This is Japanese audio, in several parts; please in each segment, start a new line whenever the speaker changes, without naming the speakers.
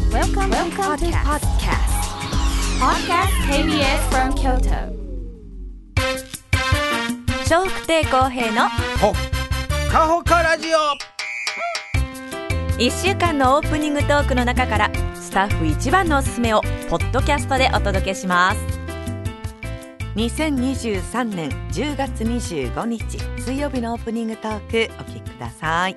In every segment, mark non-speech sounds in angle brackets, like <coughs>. Welcome to
Welcome, to podcast.
Podcast KBS from Kyoto.
笑福亭公平の
ほっかほかラジオ
1週間のオープニングトークの中からスタッフ一番のおすすめをポッドキャストでお届けします2023年10月25日水曜日のオープニングトークお聞きください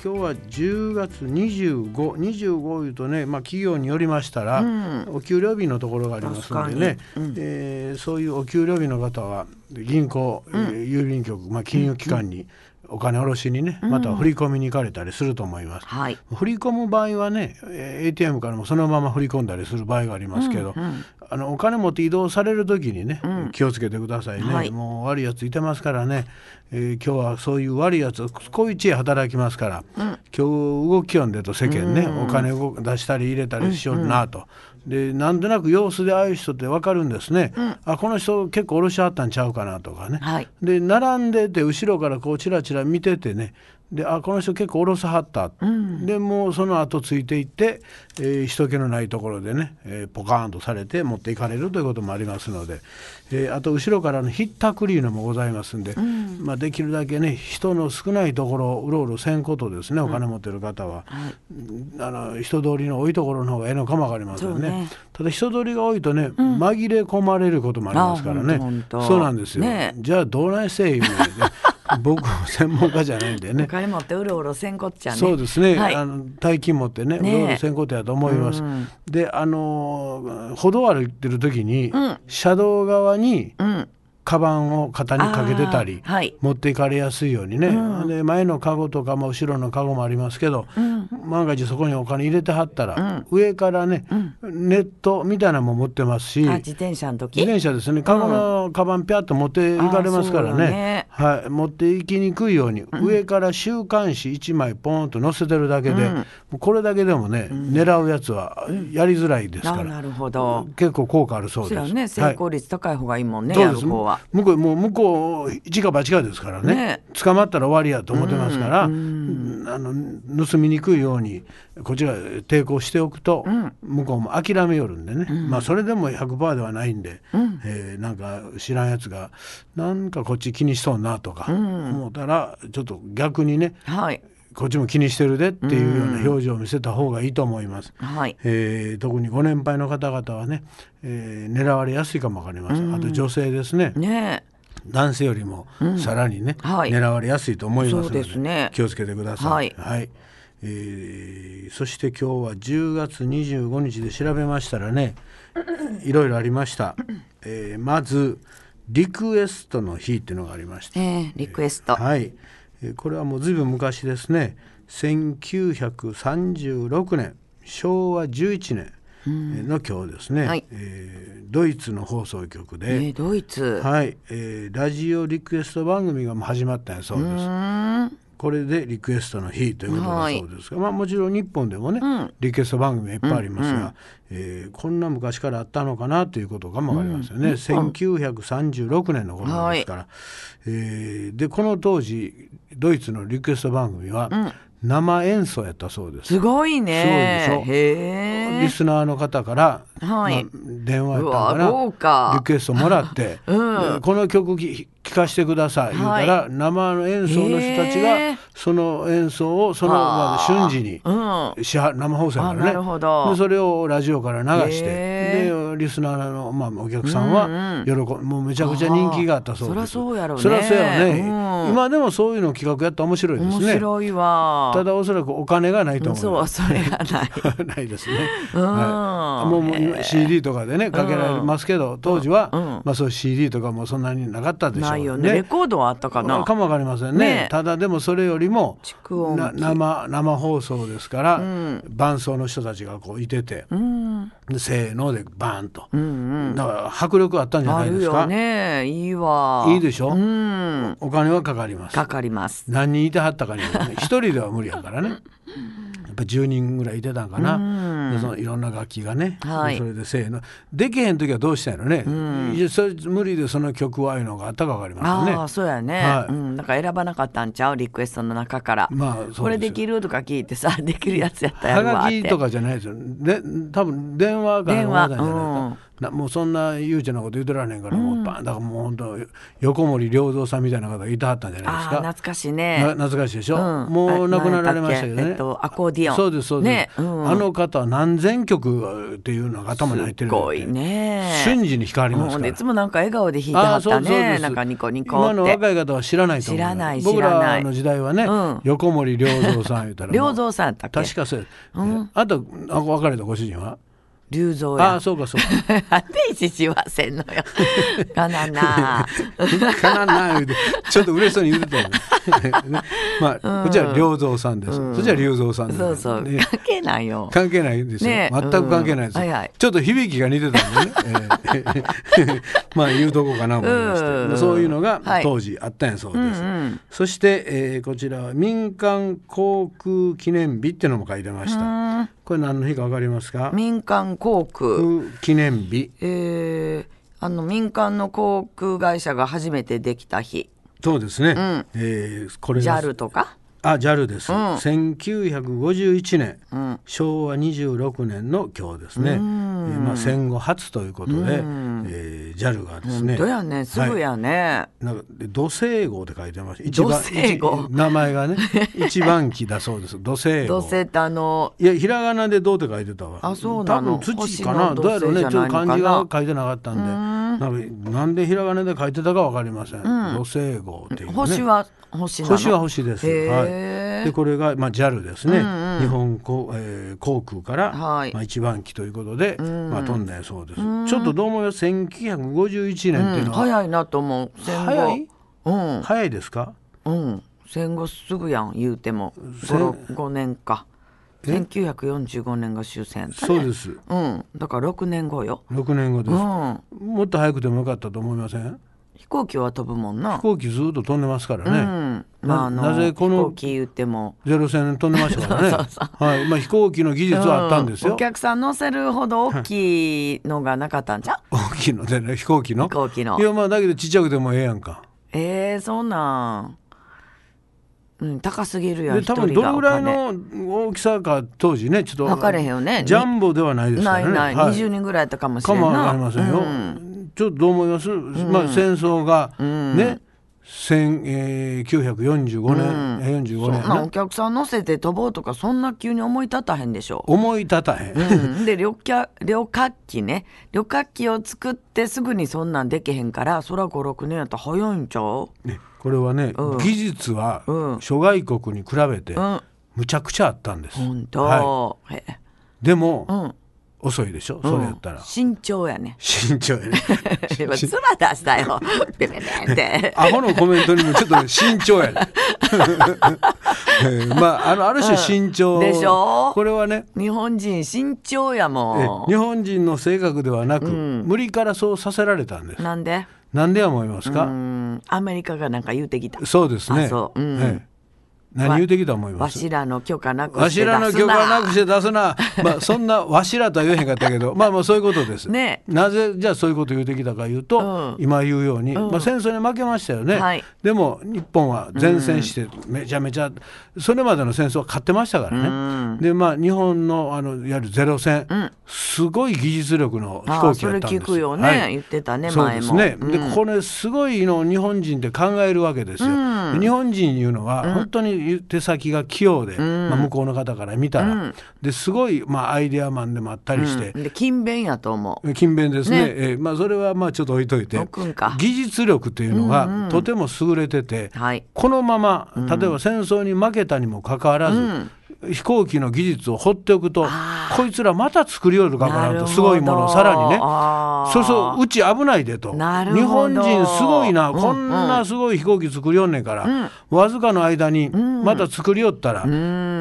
今日は10月25、25いうとね、まあ企業によりましたら、お給料日のところがありますのでね、えーそういうお給料日の方は銀行、えー郵便局、まあ金融機関にお金下ろしにね、または振り込みに行かれたりすると思います。
はい
振り込む場合はね、えー ATM からもそのまま振り込んだりする場合がありますけど、あのお金持って移動される時にね、気をつけてくださいね、
はい
もう悪いやついてますからね、えー今日はそういう悪いやつこういう知恵働きますから、今日動きよんでと世間ね、お金を出したり入れたりしよるなと。でなんとなく様子でああいう人って分かるんですね、あこの人結構おろしあったんちゃうかなとかね、
はい
で並んでて後ろからこうチラチラ見ててねであこの人結構おろさはった、でもうその後ついていって、えー人気のないところでね、えーポカーンとされて持っていかれるということもありますので、えーあと後ろからのひったくりいうのもございますんで、まあ、できるだけね人の少ないところをうろうろせんことですねお金持ってる方は、うんあの人通りの多いところの方がええのかもわかりませんね
そうね
ただ人通りが多いとね、紛れ込まれることもありますから
あ
ね
ほんとほんと
そうなんですよ、
ねえ
じゃあどうないせえ
<laughs>
言うのでね僕も専門家じゃないんでね
金持ってうろうろせんこっちゃ
そうですね、
はい
あの大金持ってね
ねえ
うろうろせんことやと思います、であのー歩道を歩いてる時に、車道側に
うん
カバンを肩にかけてたり、
あーはい
持っていかれやすいようにね、で前のカゴとか、まあ、後ろのカゴもありますけど、万が一そこにお金入れてはったら、上からね、ネットみたいなのも持ってますし
あ自転車の時
自転車ですね、カゴのカバン、ぴゃっと持っていかれますか
あー
ら
そう
ね、
だね
はい、持っていきにくいように、上から週刊誌1枚、ポンと載せてるだけで、もうこれだけでもね、狙うやつはやりづらいですか
あ
ら、
なるほど
結構効果あるそう
そ
で
や
す。
ね
は
成
い
功率高い方がいいもんね、
そう
や
で
る
す
方は
向こうもう向こう一か八かですからね
ね
捕まったら終わりやと思ってますから、あの盗みにくいようにこちらへ抵抗しておくと、向こうも諦めよるんでね、まあそれでも100%ではないんで、えーなんか知らんやつがなんかこっち気にしそうなとか思ったら、ちょっと逆にね
はい
こっちも気にしてるでっていうような表情を見せた方がいいと思います。
はい
えー特にご年配の方々はね、えー狙われやすいかもわかりません、あと女性ですね
ね
男性よりもさらにね、
はい
狙われやすいと思いますの
そう
で
ですね
気をつけてください、
はい
えーそして今日は10月25日で調べました
<coughs>
らねいろいろありました、えーまずリクエストの日っていうのがありまして
えーリクエスト、
はい、えーこれはもうずいぶん昔ですね1936年昭和11年えーの今日ですね、
はい
えードイツの放送局
え
で、
ードイツ、
はいえーラジオリクエスト番組がもう始まったんやそうです。これでリクエストの日ということだそうですが、まあ、もちろん日本でもね、リクエスト番組はいっぱいありますが、えーこんな昔からあったのかなということがもわかりますよね、1936年の頃ですから、えーでこの当時ドイツのリクエスト番組は生演奏やったそうです。
すごいね
そうでしょ
へ
リ
え
スナーの方から、
はい
まあ電話やったんか
うわ豪華
なリクエストも
<laughs>
らって、でこの曲き聴かせてください、言うたら生の演奏の人たち
へ
が
ー
その演奏をそのまあ瞬時に
うん
しは生放送やか
あな
ら
るほ
ね
ど
でそれをラジオから流して
へ
でリスナーの、まあ、お客さんは喜ぶ、もうめちゃくちゃ人気があったそうです
あーそらそうやろね
そらそうやろね
うん
今でもそういうの企画やったら面白いで
面
すね
白いわ
ただおそらくお金がないと思います
そうそれがない
<laughs> ないですね。
ん
はい、もうもう CD とかでねかけられますけど、当時は、まあそういう CD とかもそんなになかったでしょう
ないよねレコードはあったかな
かもわかりませんね
ね
ただでもそれよりも
蓄音機
な生生放送ですから、伴奏の人たちがこういてて、でせーのでバーンと、だから迫力あったんじゃ
あ
ないで
る
す
よ
か、
ねいいわ
いいでしょ、
うん
お金はかかります
かかります <laughs>
何人いてはったかによるね一人では無理やからねやっぱり10人ぐらいいてたんかな、でそのいろんな楽器がね、
はい
それでせーのでけへん時はどうしたんやろね、いやそれ無理でその曲はああいうのがあったか分かりま
あ
す
あ、
ね
そうやね、
はい
うん、なんか選ばなかったんちゃうリクエストの中から、
まあそうですよ
これできるとか聞いてさ <laughs> できるやつやったや
は
るわっ
が
て
きとかじゃないですよで多分電話から
電話
じゃないですかなもうそんな悠長なこと言ってられへんから、もうバンだからもう本当横森良三さんみたいな方がいてはったんじゃないです
ああ
か
懐かしい
な
ね
懐かしいでしょ、
うん
もう
あ
亡くなられましたけど
何だっけ
ね、
えっとアコーディオン
そうですそうです、
ねうん
あの方は何千曲っていうのが頭に入ってる
すごいね
瞬時に光ります
う
か
ん
ら、
いつもなんか笑顔で弾いては
あ
っ
そう
た
そうで
ね
す
なんかニコニコ
今の
って
若い方は知らないと思う
知らない
僕
知らな
ら
い
の時代はね、
うん
横森良三さん言うたらもう
良三さんやったっけ
確かそうです、あとあ別れたご主人は
龍造 <laughs>
ああ
や
そうか <laughs> そうか
なんで一時はせんのよ
<laughs>
かなな
かなんないでちょっと嬉しそうに言ってたよね <laughs> ねまあ、こっちは良三さんです、そっちは龍三さんです
そうそう
ね
関係ないよ
関係ないですよ、
ねえ
全く関係ないですよ、
うんはいはい
ちょっと響きが似てたん
<laughs>
でね、え <laughs> ーまあ言うとこかな思いまして、
うん
そういうのが
はい
当時あったんやそうです、
うん
そして、えーこちらは民間航空記念日っていうのも書いてました、これ何の日か分かりますか
民間航空、
航空記念日
えーあの民間の航空会社が初めてできた日
そうですね、
ん
えーこれが
JAL とか
あ JAL です、
うん
1951年、
ん
昭和26年の今日ですね、えーまあ、戦後初ということで、えー JAL がですね
どやねすぐやね、
なんかで土星号って書いてました。一番
土星号
一名前
<laughs>
がね、一番機だそうです。土星
ど
号。
うせってあの
いやひらがなでどうって書いてたわ。
あそうなの
多分土かな。
星の土星
どうやろうね。ちょっ
じゃない
と
のか
漢
な
字が書いてなかったんで、なんかなんでひらがなで書いてたかわかりません。土星号っていうね。
星は星なの
星は星です。
へー
はい。でこれがまあ JAL ですね。日本航、えー航空から、
はい
まあ一番機ということで、まあ飛んだそうです。ちょっとどうもよ1951年っていう
うん
のは、
早いなと思う戦後
早い
うん
早いですか？
うん戦後すぐやん言うても
せん
5年か1945年が終戦
そうです。
うんだから6年後よ
6年後です、
うん
もっと早くてもよかったと思いません
飛行機は飛ぶもんな
飛行機ずっと飛んでますから
う
ね、
んまああの
なぜ
飛
この
行機言っても
ゼロ戦飛んでましたから
<laughs>
ねはいまあ、飛行機の技術はあったんですよ、
お客さん乗せるほど大きいのがなかったんじゃ
<laughs>
ん
大きいのでね飛行機の
飛行機の
いやまあだけどちっちゃくてもええやんか
えー、そうなん、うん、高すぎるやん
で多分
一人
ど
が
れ
お
ぐらい
金
の大きさか当時ねちょっと
分かれへんよね
ジャンボではないですか
な
ら
い
ね
ない、
はい
20人ぐらいやったかもし
か
れん
もわ
な
かりません
う
よ、
ん
ちょっとどう思います、まあ戦争がね、千えー1945年、えー45
そんな
年
お
ね
客さん乗せて飛ぼうとかそんな急に思い立たへんでしょ
思い立たへん、
うん、で旅客旅客機ね旅客機を作ってすぐにそんなんできへんからそら56年やったら早いんちゃう
ね、これはね、
うん
技術は
うん
諸外国に比べて
うん
むちゃくちゃあったんです、
ほんと、
は
へ
い、でも、
うん
遅いでしょそれやったら、
慎重やね
<laughs> 慎重やね
今つら出したよペペペって
アホのコメントにもちょっとね慎重
<laughs>
やね、えーまああのある種慎重、
うんでしょ
これはね
日本人慎重や
え
も
日本人の性格ではなく、無理からそうさせられたんです
んなんで
なんでや思います
う
か、
んアメリカがなんか言うてきた
そうですね
あそううん
ええ何言うてきた思いま
わ
す
しらの許可なく
わ
して
し
出すな
らの許可なくして出
<laughs>
すな。まあそんなわしらとは言えへんかったけど、まあまあそういうことです。
ね
なぜじゃあそういうこと言うてきたか言うと、
うん
今言うように、まあ戦争に負けましたよね。
はい
でも日本は前線してめちゃめちゃ、それまでの戦争は勝ってましたからね。でまあ日本のあのいわゆるゼロ戦、すごい技術力の飛
あ
行
あ
機
そ
だ
れ
ったんです
聞くよね、
はい
言ってたね
そう
前
で
も
すね、でこれすごいの日本人って考えるわけですよ、日本人いうのは本当に手先が器用で、まあ、向こうの方から見たら、ですごい、まあ、アイデアマンでもあったりして、
で勤勉やと思う
勤勉ですね
ね
えーまあ、それはまあちょっと置いといて
置くんか
技術力というのがとても優れてて、
はい
このまま例えば戦争に負けたにもかかわらず、飛行機の技術を放っておくとこいつらまた作りよるか
な
な
るほ
と
ど
すごいものをさらにね
あー
そうそううち危ないでと日
なるほ
本
ど
人すごいな、
うんうん
こんなすごい飛行機作りよんねんから、わずかの間にまた作りよったら、こ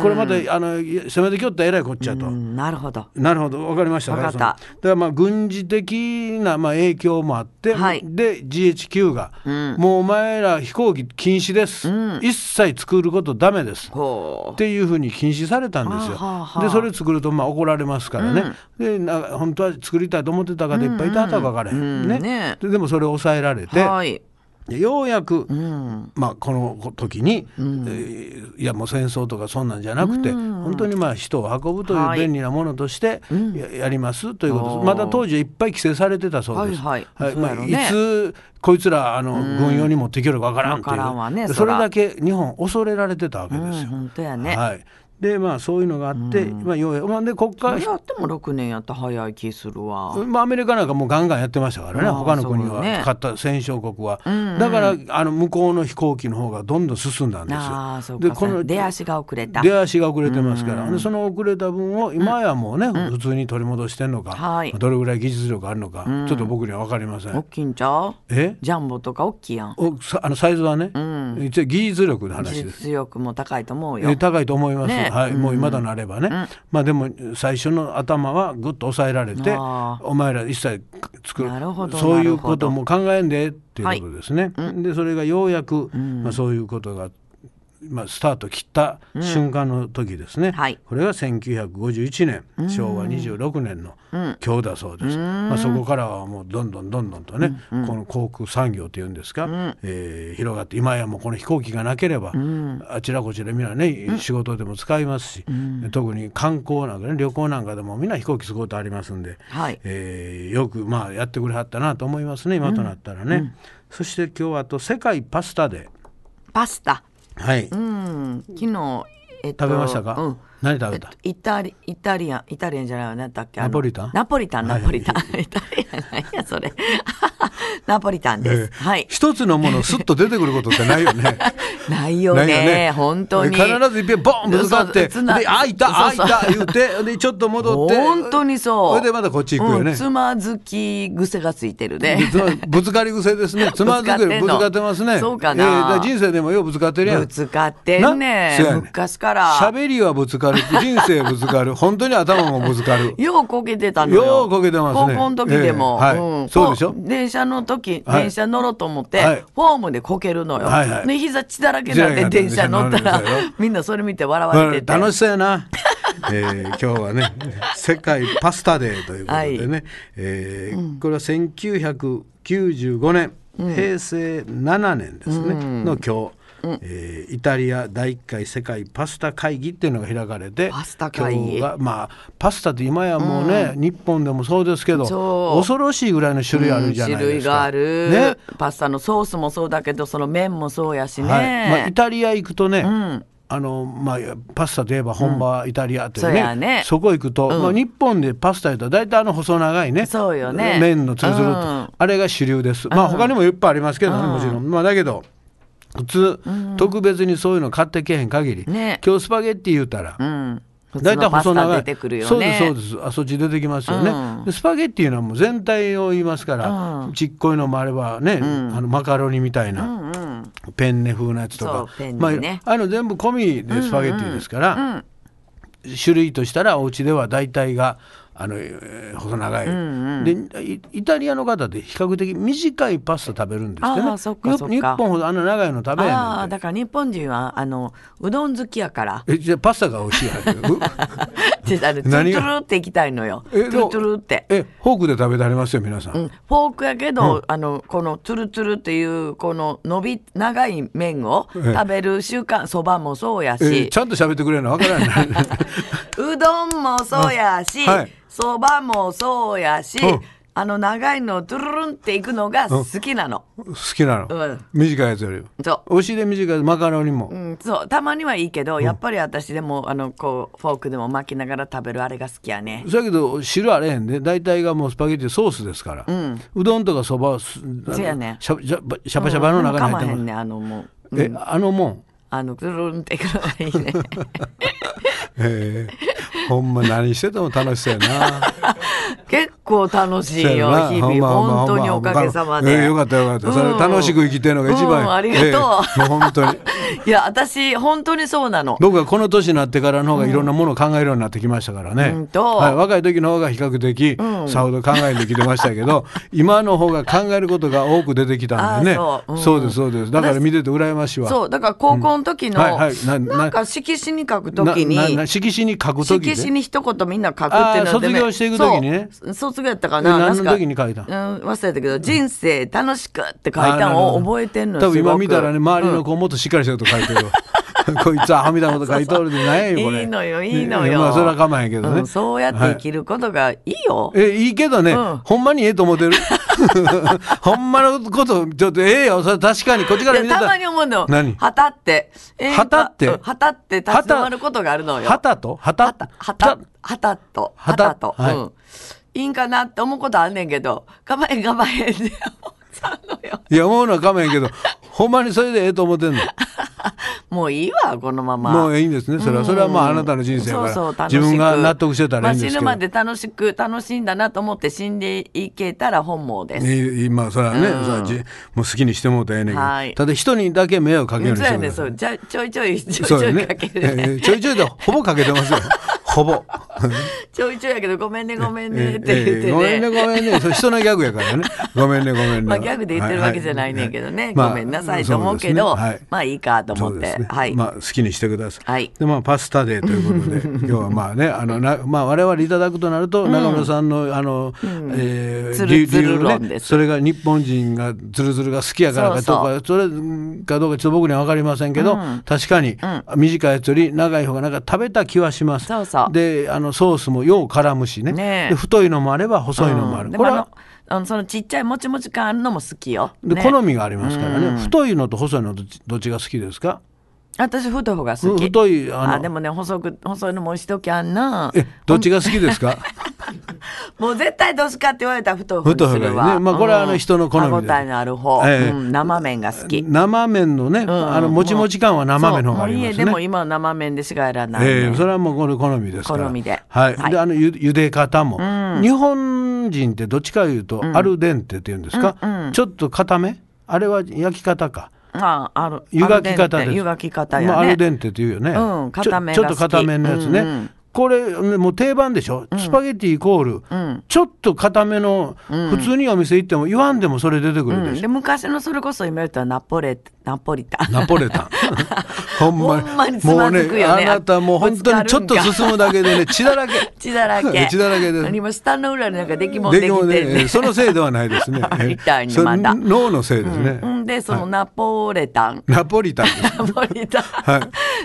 れまたあの攻めてきよったらえらいこっちゃと。
うんなるほど。
なるほど、わかりました。
わかった
だからまあ軍事的なまあ影響もあって、
はい
で GHQ が、もうお前ら飛行機禁止です、一切作ることダメです。
ほ
っていうふうに禁止されたんですよ。
あーはーはー
でそれ作るとまあ怒られますからね、でな本当は作りたいと思ってた方いっぱいいたか分からへん、
うん
ね
ね
ででもそれを抑えられ
う。
て、
はい。
でようやく、
うん。
まあ、この時に、えーいやもう戦争とかそんなんじゃなくて、本当にまあ人を運ぶと
はい
いう便利なものとしてや,、りますということ
お
で
ー
すまた当時はいっぱい規制されてたそうです、
はいはいそうやろ
まあ、
ね
いつこいつらあの、軍用に持っていけるか分からんって
わからんわ
いう、
ね
で
そ
そ
ら
れだけ日本恐れられてたわけですよ。
本当やね。
はいでまあ、そういうのがあって、まあ、ようやく、まあ、で国家
いやでも6年やったら早い気するわ。
まあ、アメリカなんかもうガンガンやってましたからね、
ああ
他の国
そう
は、
ね
勝った戦勝国は、だからあの向こうの飛行機の方がどんどん進んだんです
ああそ
よ。
うか。
でこの
出足が遅れた。
出足が遅れてますから、でその遅れた分を今やもうね、普通に取り戻してんのか、
はい
どれぐらい技術力あるのか、ちょっと僕には分かりません。
大きいんちゃう？
え
ジャンボとか大きいやん。
おさあのサイズはね、一応技術力の話です。
実力も高いと思う
え
よ
ー。高いと思います、
ね
はい、もう今となればね、まあでも最初の頭はぐっと抑えられて
あ
お前ら一切作る
なるほど
そうい
なる
う
ほ
こ
ど
とも考えんでっていうことですね、でそれがようやく、まあ、そういうことが、まあ、スタート切った瞬間の時ですね、
はい
これが1951年、昭和26年の今日だそうです、まあ、そこからはもうどんどんどんどんとね、この航空産業というんですか、えー広がって今やもうこの飛行機がなければ、あちらこちらみんなね、仕事でも使いますし、特に観光なんかね旅行なんかでもみんな飛行機使うことありますんで、
はい
えーよくまあやってくれはったなと思いますね今となったらね、そして今日はあと世界パスタで
パスタ。
はい、
うん。昨日えっと
食べましたか、
うん。
何食
え
べ
ったと、イタリイタリアンイタリアンじゃないわなんだっけあの
ナポリタン
ナポリタンナポリタン、 <laughs> イタリアンなんやそれ <laughs> ナポリタンです、
えー
はい
一つのものすっと出てくることってないよね
ない <laughs> よね
ないよね
本当に
必ずいっぺんボーンぶつかって
そうそうそう
で「あいたあい
そう
た」言うてでちょっと戻って
本当にそう
それでまたこっち行くよね、
うんつまずき癖がついてるね
ぶつぶつかり癖で
<laughs>
すね。つまずくより
ぶつ
ぶつ
か
か
っ
ってて
んの
ますね。
そうかな
えーだら人生でもようぶつかってるやん。
<laughs> ぶつかってん
な
ね
そうやねん
昔から
喋りはぶつかる。人生ぶつかる。本当に頭もぶつ
<laughs>
かる。
ようこけてたのよ。
ようこけてますね
高校の時でも。
ええはい
ん
そうでしょ
こ電車の時、
はい
電車乗ろうと思って、
はい
ホームでこけるのよ。
はいはい
で、膝血だらけになって電
血だ
車
らけにな
乗
っ
ってたら
電車乗るんですよ、
みんなそれ見て笑われてて。
楽しそうやな。 <laughs> えー今日はね世界パスタデーということでね、えーこれは1995年、平成7年ですね、の今日、えーイタリア第1回世界パスタ会議っていうのが開かれて
パスタ会議
今日がまあパスタって今やもうね、日本でもそうですけど
そう
恐ろしいぐらいの種類あるじゃ
種
ないで
類
す
が
か。
ある、
ね
パスタのソースもそうだけどその麺もそうやしね、
はいまあ、イタリア行くとね、あのまあ、パスタといえば本場イタリアという
そう
ね,、
やね
そこ行くと、まあ、日本でパスタやったら大体あの細長いね
そうよね
麺のつるつると、
うん
あれが主流です、まあ他にもいっぱいありますけどね、もちろん、まあ、だけど普通、特別にそういうの買ってけへん限り、
ね
今日スパゲッティ言うたら、
うん普通
大体
のパス
細
タ
長い
出てくるよね
そうですそうですあそっち出てきますよね、
うん
でスパゲッティのはもう全体を言いますから、ちっこいのもあればね、あのマカロニみたいな、ペンネ風なやつと
そう
か
ペンネね
まあ、あの全部込みでスパゲッティですから、種類としたらお家では大体があの、えー細長い、でイイタリアの方って比較的短いパスタ食べるんですって
あー
ね
そっかそっか
日本ほどあの長いの食べへんねんて
ああだから日本人はあのうどん好きや
<laughs>
から
えじゃあパスタが美味しいはず
で
う
あのトゥル
何
ト
が
ゥルっていきたいのよト
え
ゥ
で
ル
も
トゥルって
えフォークで食べてありますよ皆さん、
うんフォークやけど、あのこのツルツルっていうこの伸び長い麺を
ええ
食べる習慣そばもそうやし、
えーちゃんと喋ってくれるのわから
<laughs>
ない
うどんもそうやし
うんはい
そば、もそうやし、
うん
あの長いのトゥルルンっていくのが好きなの、
好きなの、
うん
短いやつより
そう
お尻で短いマカロニも、
うん、そうたまにはいいけど、やっぱり私でもあのこうフォークでも巻きながら食べるあれが好きやね
そやけど汁あれへんで大体がもうスパゲッティソースですから、うどんとかそばはすあの
そうやね
しゃしゃばしゃばしゃばの中に
うん噛
入って
まへ
ます、
んねあのもう、
えあのもん
あのトゥルルンっていくのがいい
<laughs>
ね
えー、ほんま何してても楽しそうやな
結構楽 <laughs> しい
そうや
よ
な
日
ほん
々
まほんま
本当に
ほ
お
んま
かげさま
えー
で
よかったよかった、それ
うん
楽しく生きてるのが一番や、
うんありがとう
えーもう本当に
いや私本当にそうなの
僕はこの年になってからの方がいろんなものを考えるようになってきましたからね、
うんと
はい、若い時の方が比較的さほど考えてきてましたけ
<laughs>
ど、今の方が考えることが多く出てきたんでね
あーそううん
ですそうですだから見てて羨ましいわ
そうだから高校の時の、
うんはいはいなな
なんか色紙に書く時に
ななな色紙に書く時で
色紙に一言みんな書くっていうので、ね、
あー卒業していく時にね
そう卒業やったか
え
な
何の
なんか
時に書いた
うん、忘れたけど人生楽しくって書いたのを覚えてんの
多分今見たらね
すごく
周りの子もっとしっかりしてると書いてるわ <laughs> こいつははみたこと書いとるでないよこれ
いいのよいいのよ、
ねまあそれは構えへんけどね、
うんそうやって生きることがいいよ、
えいいけどね、
うん
ほんまにええと思ってる <laughs> ほんまのことちょっとええよそれ確かにこっちから見
い
て
や
た
たまに思うの
何
旗って、え
旗って
うん旗って立ち止まることがあるのよ
旗と旗
旗旗旗と
旗
旗と、
はい
うんいいんかなって思うことあんねんけど我慢我慢って思ったのよ
いや思うのは構えへんけど <laughs> ほんまにそれでええと思ってんの、
<laughs> もういいわこのまま
もういいんですねそれは、それはまああなたの人生やから
そうそう楽し
自
く
分が納得してたらいいんですけど、
まあ、死ぬまで楽しく楽しんだなと思って死んでいけたら本望です、
ね、今それはね、
うん
それはじもう好きにしてもうたらええねんけど、
はい
ただ人にだけ迷惑かけるよう
そ
に
う
して
や
く
ねそ
ださいう
ちょちょいちょいち
そ
ょ
う
いちょい
やね
かけ
え
るね
ーちょいちょいでほぼかけてますよほぼ。
ちょいちょいやけどごめんねごめんねっ
え
て言っ
ー
て
えーごめんね
ね。
ごめんねそれ人のギャグやからねごめんねごめんね、
まあギャグで言ってるわけじゃないねんけどね、ごめんなさいと思うけど、まあいいかと
そ
思っ
うで
て、
すね
はい、
まあ好きにしてください、
はい
でまあパスタデーという
<laughs>
ことで今日はまあねあのなまあ我々いただくとなると中村さんのあの、え
つるつる論
理
です
それが日本人がズルズルが好きやからかどうかそれかどうかちょっと僕には分かりませんけど、確かに、短いやつより長い方がなんか食べた気はします
そうそう
であのソースもよう絡むしね
ねえ
で太いのもあれば細いのもある、
うんで
こ
も
れ
あ
は
のあのそのちっちゃいもちもち感あるのも好きよ、
で
ね
好みがありますからね、太いのと細いのどっちどっちが好きですか
私太い方が好き
ふ太いあの
あでもね細く細いのも一時あんな
えどっちが好きですか
もう絶対どっちかって言われたら太い方にす
太い
る
方がいい
わ、
ねまあこれはあの
うん
人の好みです
歯応えのある方、
ええ
うん、生麺が好き、
生麺のね、
うん
あのもちもち感は生麺の方があり
そうもう
ま
家
す
でも
ね
今は生麺でしかやらない、ね
ええそれはもうこれ好みですから
好みで
はい、
はい
であのゆ茹で方も、日本人ってどっちかいうと、アルデンテっていうんですか、ちょっと固めあれは焼き方か
あある
湯がき方
アルデンテ
です
湯がき方やね、
まあ、アルデンテっていうよね、
うん片面
ちょ
が
ちょ
好
っ
き
と固めのやつね、
うんうん
これねもう定番でしょ、スパゲティイコール、ちょっと固めの、普通にお店行っても言わんでもそれ出てくるでしょ
うん、で昔のそれこそ今言ったらナポレナポリタン
<laughs> ナポレタ
<laughs>
ン。ほんまに。
ほんまにつまずくよね
もうね、あなたもう本当にちょっと
ぶつかるんか
進むだけでね、血だらけ。
<laughs> 血だらけ
<laughs> 血だらけです。
何も下の裏になんかできもんできて
も
ん
ね
ね
えーそのせいではな
<laughs>
いですね。
みたいに
それ
まだ
脳のせいですね。
うんでそのナポレタン、
ナポリタンです。
ナポリタン、
はい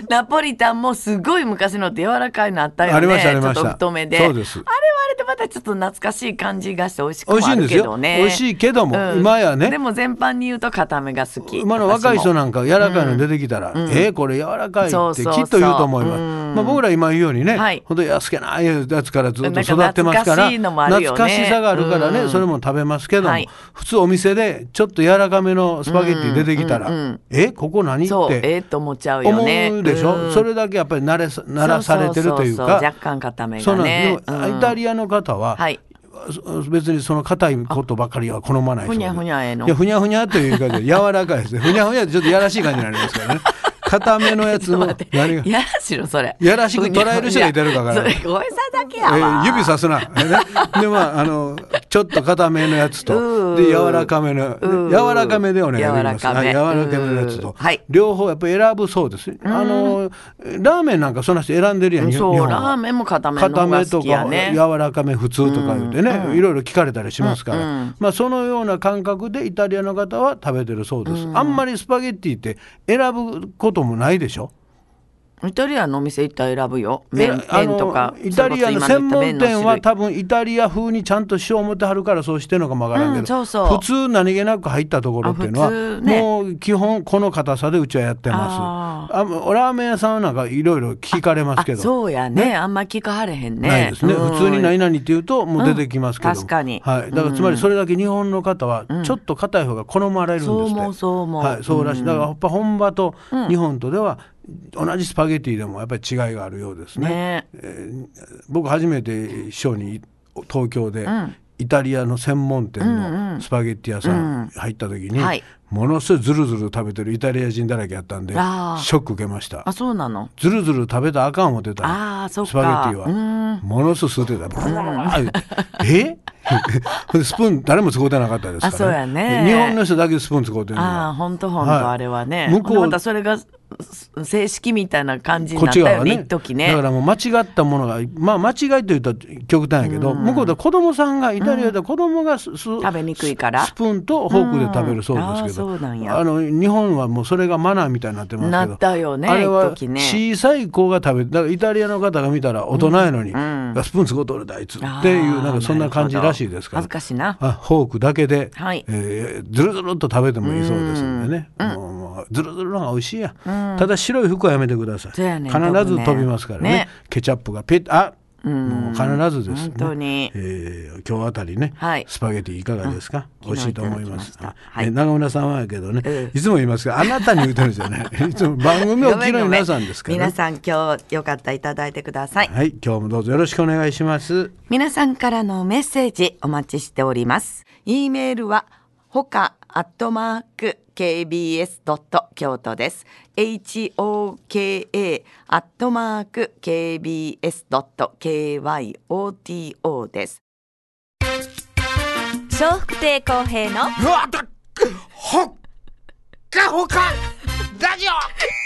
ナポリタンもすごい昔のって柔らかいのあったよね
ありましたありました
ちょっと太めで
そうです
あれはあれでまたちょっと懐かしい感じがして美味しく
美
も
味し
あ
いん
る
です
け
よ。
どね
美味しいけども、今や
で
ね。
も全般に言うと固めが好き
今の若い人
の
なんか柔らかいの出てきたら、えーこれ柔らかいって
そう
き
そ
っ
うそう
と言うと思います。
うん
まあ僕ら今言うようにね、
はい
本当安けないやつからずっと育ってますか
なんか懐か
ら、
しいのもあるよね
懐かしさがあるからね、
うん
それも食べますけども、
はい
普通お店でちょっと柔らかめのスパゲッティ出てきたら、えここ何っ
そうえ
て
えと思っちゃうよ
思
ね
うでしょ、
ん
それだけやっぱり慣れさ慣らされてるという
そそそ
か
そ。若干固め
そ
が
うなん
ね
です、でもイタ
リ
リアの方は、
はい
そ別にその硬いことばかりは好まないそう
ふ
です
にゃふにゃええの
いやふにゃふにゃというか柔らかいですねふにゃふにゃってちょっとやらしい感じになりますからね硬めのやつ
ちょっと
の
<laughs> 待って
何が
やらしいのそれ
やらしく捉える人がいてるかわから
そ
ない
れごめんさだけ
え
やわ、
ー指さすな、ね、でまああのちょっと硬めのやつ
う
と
ー
で柔らかめの
うー
柔らかめでお願いできます
柔らか
は
め
い柔らかめのやつ
う
と
ーはい
両方やっぱり選ぶそうですあのラーメンなんかそんな人選んでるやん日
そ
本
う
は
ラーメンも固めの
固
方が
めと
好きや
か
ね
柔らかめ普通とか言うてねいろいろ聞かれたりしますから
うんう
まあそのような感覚でイタリアの方は食べてるそうですあんまりスパゲッティって選ぶこともないでしょ
イタリアのお店行ったら選ぶよ麺
えあの
麺とか
イタリアの
それ
専
こそ今言った
門
麺の種
店
類
は多分イタリア風にちゃんと塩を持ってはるからそうしてんのかもわからんけど、
うんそうそう
普通何気なく入ったところっていうの
あ
は、
普通ね
もう基本この硬さでうちはやって
あ
ますあもうラーメン屋さんなんかいろいろ聞かれますけ
あ
ど
そうやねあんま聞かはれへんね
ないですね、
うん
普通に何々っていうともう出てきますけど、
うん確かに
はい、だからつまりそれだけ日本の方はちょっと硬い方が好まれるんですって、
そう思うそう思う
はい、そうらしいだからやっぱ本場と日本とでは同じスパゲティでもやっぱり違いがあるようですね
ね
僕初めて師匠に東京でイタリアの専門店
うんう
の
ん
スパゲッティ屋さん入った時に、
はい
ものすごいズルズル食べてるイタリア人だらけやったんでシ
あー
ョック受けました
あそうなの
ズルズル食べたらあかん思ってた
あーそっか
スパゲッティは
うん
ものすごい吸ってたブワーッ <laughs> 言うてえでスプーン誰も使うてなかったですから、
あそうやね
日本の人だけでスプーン使うてるの
ああ
は
本当本
はい
当あれはね、
向
ほん
こう
でまたそれがす正式みたいな感じに
こ
な
っ
った
ち側
よ
は
ね
ね
一時ね
だからもう間違ったものがまあ間違いというと極端やけど、向こうでは子供さんがイタリアでは子供がす、す
食べにくいから
ススプーンとフォークで食べるそうですけど、
うんあーそうなんや
あの日本はもうそれがマナーみたいになってますけど
なったよね
あれ
一
は
時ね
小さい子が食べてだからイタリアの方が見たら大人やのに、
ん
スプーン使うとるだあいつ
あー
っていうなんかそんな感じらしいですから
なるほど恥ずかしいな
あフォークだけで、
はい
えーずるずるっと食べてもいいそうですんでね、もうもうずるずるのが美味しいや、ただ白い服はやめてください
そうやね
必ず飛びますからね
ね
ケチャップがペッあもう必ずです、ね、
本当に
えー今日あたりね、
はい
スパゲティいかがですか、
うん
美味しいと思います
昨日いただきました
あ
はい
ね長村さんはやけどね、
え
いつも言いますけどあなたに言うてるんじゃないいつも番組をお聞きの皆さんで
<laughs>
すから、ね、
皆さん今日よかったらいただいてください
はい今日もどうぞよろしくお願いします
皆さんからのメッセージお待ちしております。e メールはほかアットマーク kbs ドット京都です。h o k a アットマーク kbs ドット k y o t o です。
笑福亭公平の
うわだっほっかほかラジオ